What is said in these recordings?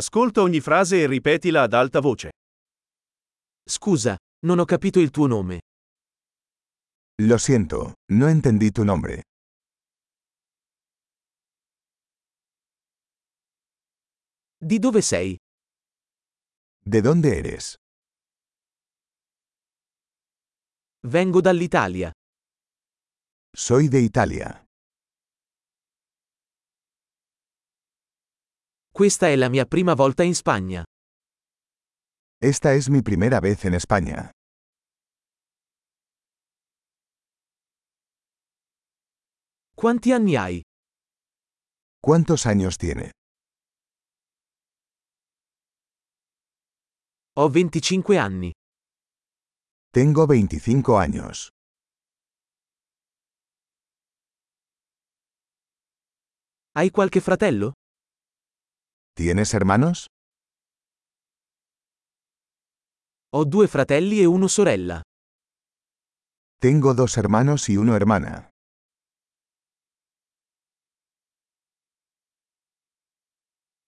Ascolta ogni frase e ripetila ad alta voce. Scusa, non ho capito il tuo nome. Lo siento, no entendí tu nombre. Di dove sei? ¿De dónde eres? Vengo dall'Italia. Soy de Italia. Questa è la mia prima volta in Spagna. Esta es mi primera vez en España. Quanti anni hai? ¿Cuántos años tiene? Ho 25 anni. Tengo 25 años. Hai qualche fratello? ¿Tienes hermanos? Ho due fratelli e una sorella. Tengo dos hermanos y una hermana.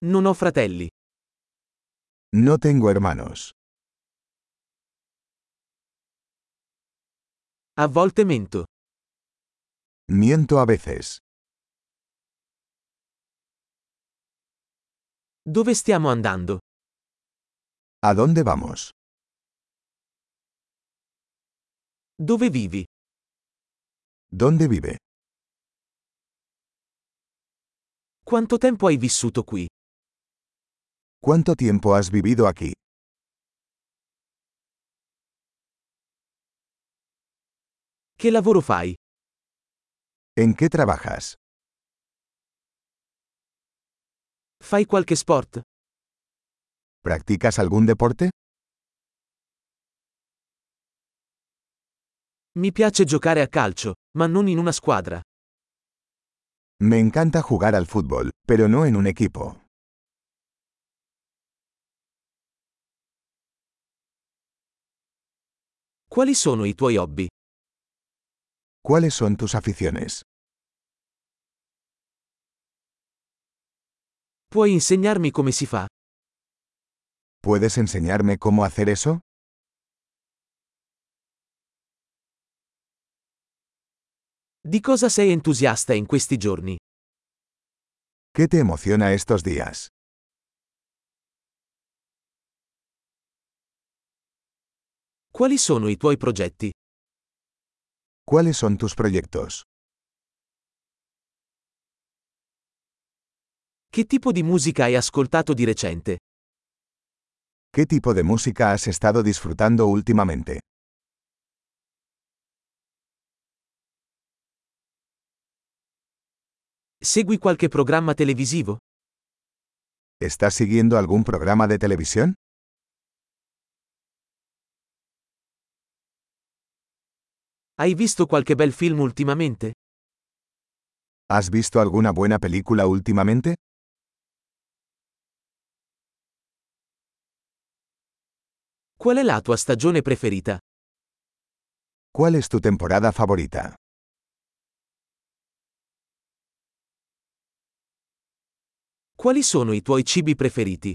Non ho fratelli. No tengo hermanos. A volte mento. Miento a veces. Dove stiamo andando? ¿A dónde vamos? Dove vivi? ¿Dónde vive? Quanto tempo hai vissuto qui? ¿Cuánto tiempo has vivido aquí? Che lavoro fai? ¿En qué trabajas? Fai qualche sport? ¿Practicas algún deporte? Mi piace giocare a calcio, ma non in una squadra. Me encanta jugar al fútbol, pero no en un equipo. Quali sono i tuoi hobby? ¿Cuáles son tus aficiones? Puoi insegnarmi come si fa? ¿Puedes enseñarme cómo hacer eso? Di cosa sei entusiasta in questi giorni? ¿Qué te emociona estos días? Quali sono i tuoi progetti? ¿Cuáles son tus proyectos? Che tipo di musica hai ascoltato di recente? ¿Qué tipo de música has estado disfrutando últimamente? Segui qualche programma televisivo? ¿Estás siguiendo algún programa de televisión? Hai visto qualche bel film ultimamente? ¿Has visto alguna buena película últimamente? Qual è la tua stagione preferita? ¿Cuál es tu temporada favorita? Quali sono i tuoi cibi preferiti?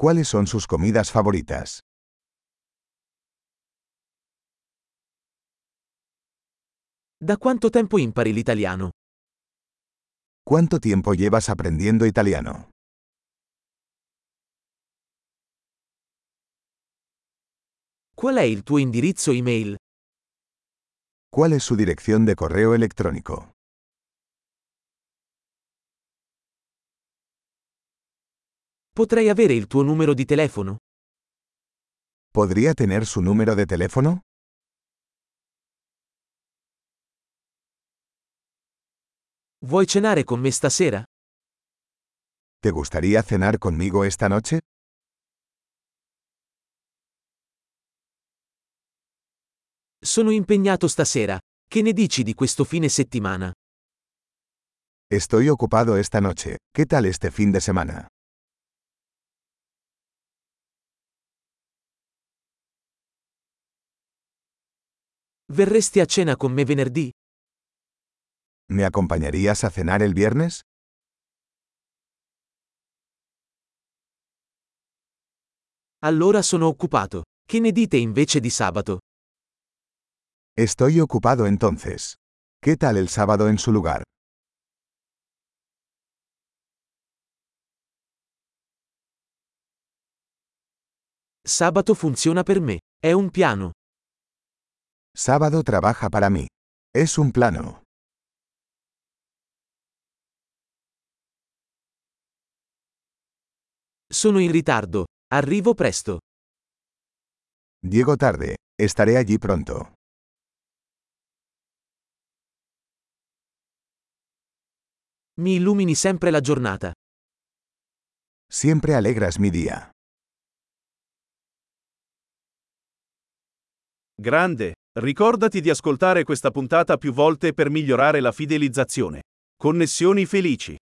¿Cuáles son sus comidas favoritas? Da quanto tempo impari l'italiano? ¿Cuánto tiempo llevas aprendiendo italiano? Qual è il tuo indirizzo email? ¿Cuál es su dirección de correo electrónico? Potrei avere il tuo numero di telefono? ¿Podría tener su número de teléfono? Vuoi cenare con me stasera? ¿Te gustaría cenar conmigo esta noche? Sono impegnato stasera. Che ne dici di questo fine settimana? Estoy ocupado esta noche. ¿Qué tal este fin de semana? Verresti a cena con me venerdì? ¿Me acompañarías a cenar el viernes? Allora sono occupato. Che ne dite invece di sabato? Estoy ocupado entonces. ¿Qué tal el sábado en su lugar? Sabato funziona per me. È un piano. Sábado trabaja para mí. Es un plano. Sono in ritardo. Arrivo presto. Llego tarde. Estaré allí pronto. Mi illumini sempre la giornata. Siempre alegras mi día. Grande! Ricordati di ascoltare questa puntata più volte per migliorare la fidelizzazione. Connessioni felici.